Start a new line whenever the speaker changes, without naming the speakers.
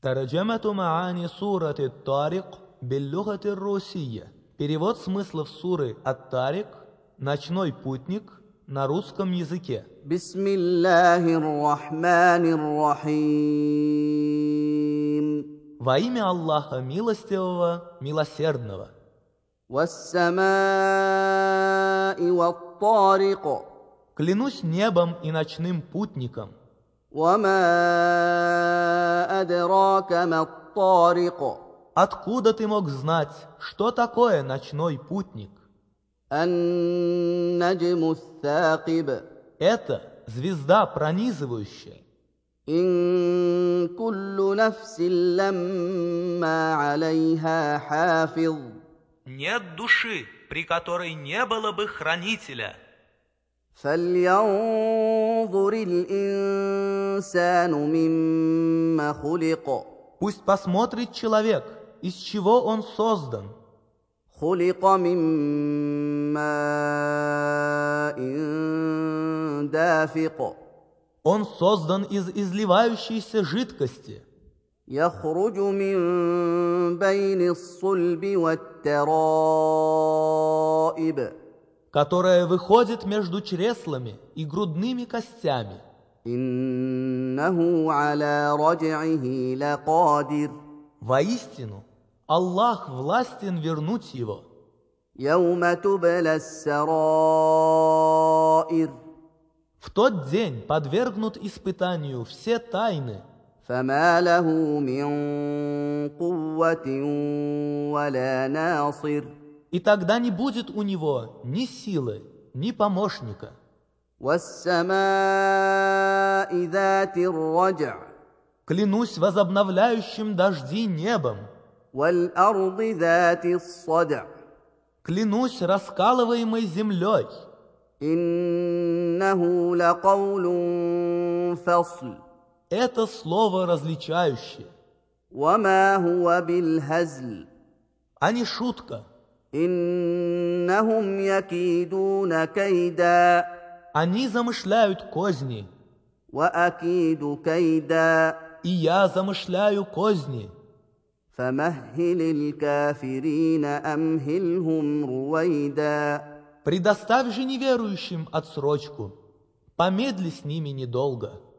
Тараджамату маани сураты Тарик биллюгати Русия. Перевод смыслов суры Ат-Тарик «Ночной путник» на русском языке.
بسم الله الرحمن الرحيم
Во имя Аллаха Милостивого, Милосердного.
والسماء والطارق
Клянусь небом и ночным путником.
وما أدراك ما الطارق
Откуда ты мог знать, что такое ночной путник?
النجم الثاقب
Это звезда пронизывающая.
إن كل نفس لما عليها حافظ
Нет души, при которой не было бы хранителя.
فلينظر الإنسان مما خلق
Пусть посмотрит человек, из чего он создан.
خلق من ماء دافق
Он создан из изливающейся жидкости.
يخرج من بين الصلب والترائب
которая выходит между чреслами и грудными костями.
إنه على رجعه لقادر
Воистину, Аллах властен вернуть его.
يوم تبلى السرائر
В тот день подвергнут испытанию все тайны,
فما له من قوة ولا ناصر
и тогда не будет у него ни силы, ни помощника.
والسماء ذات الرجع
Клянусь возобновляющим дожди небом,
والأرض ذات الصدع
клянусь раскалываемой землей.
إنه لقول فصل
Это слово различающее,
وما هو بالهزل
а не шутка.
إنهم يكيدون كيدا
Они замышляют козни,
وأكيد كيدا
и я замышляю козни.
فمهل الكافرين أمهلهم رويدا
Предоставь же неверующим отсрочку. Помедли с ними недолго.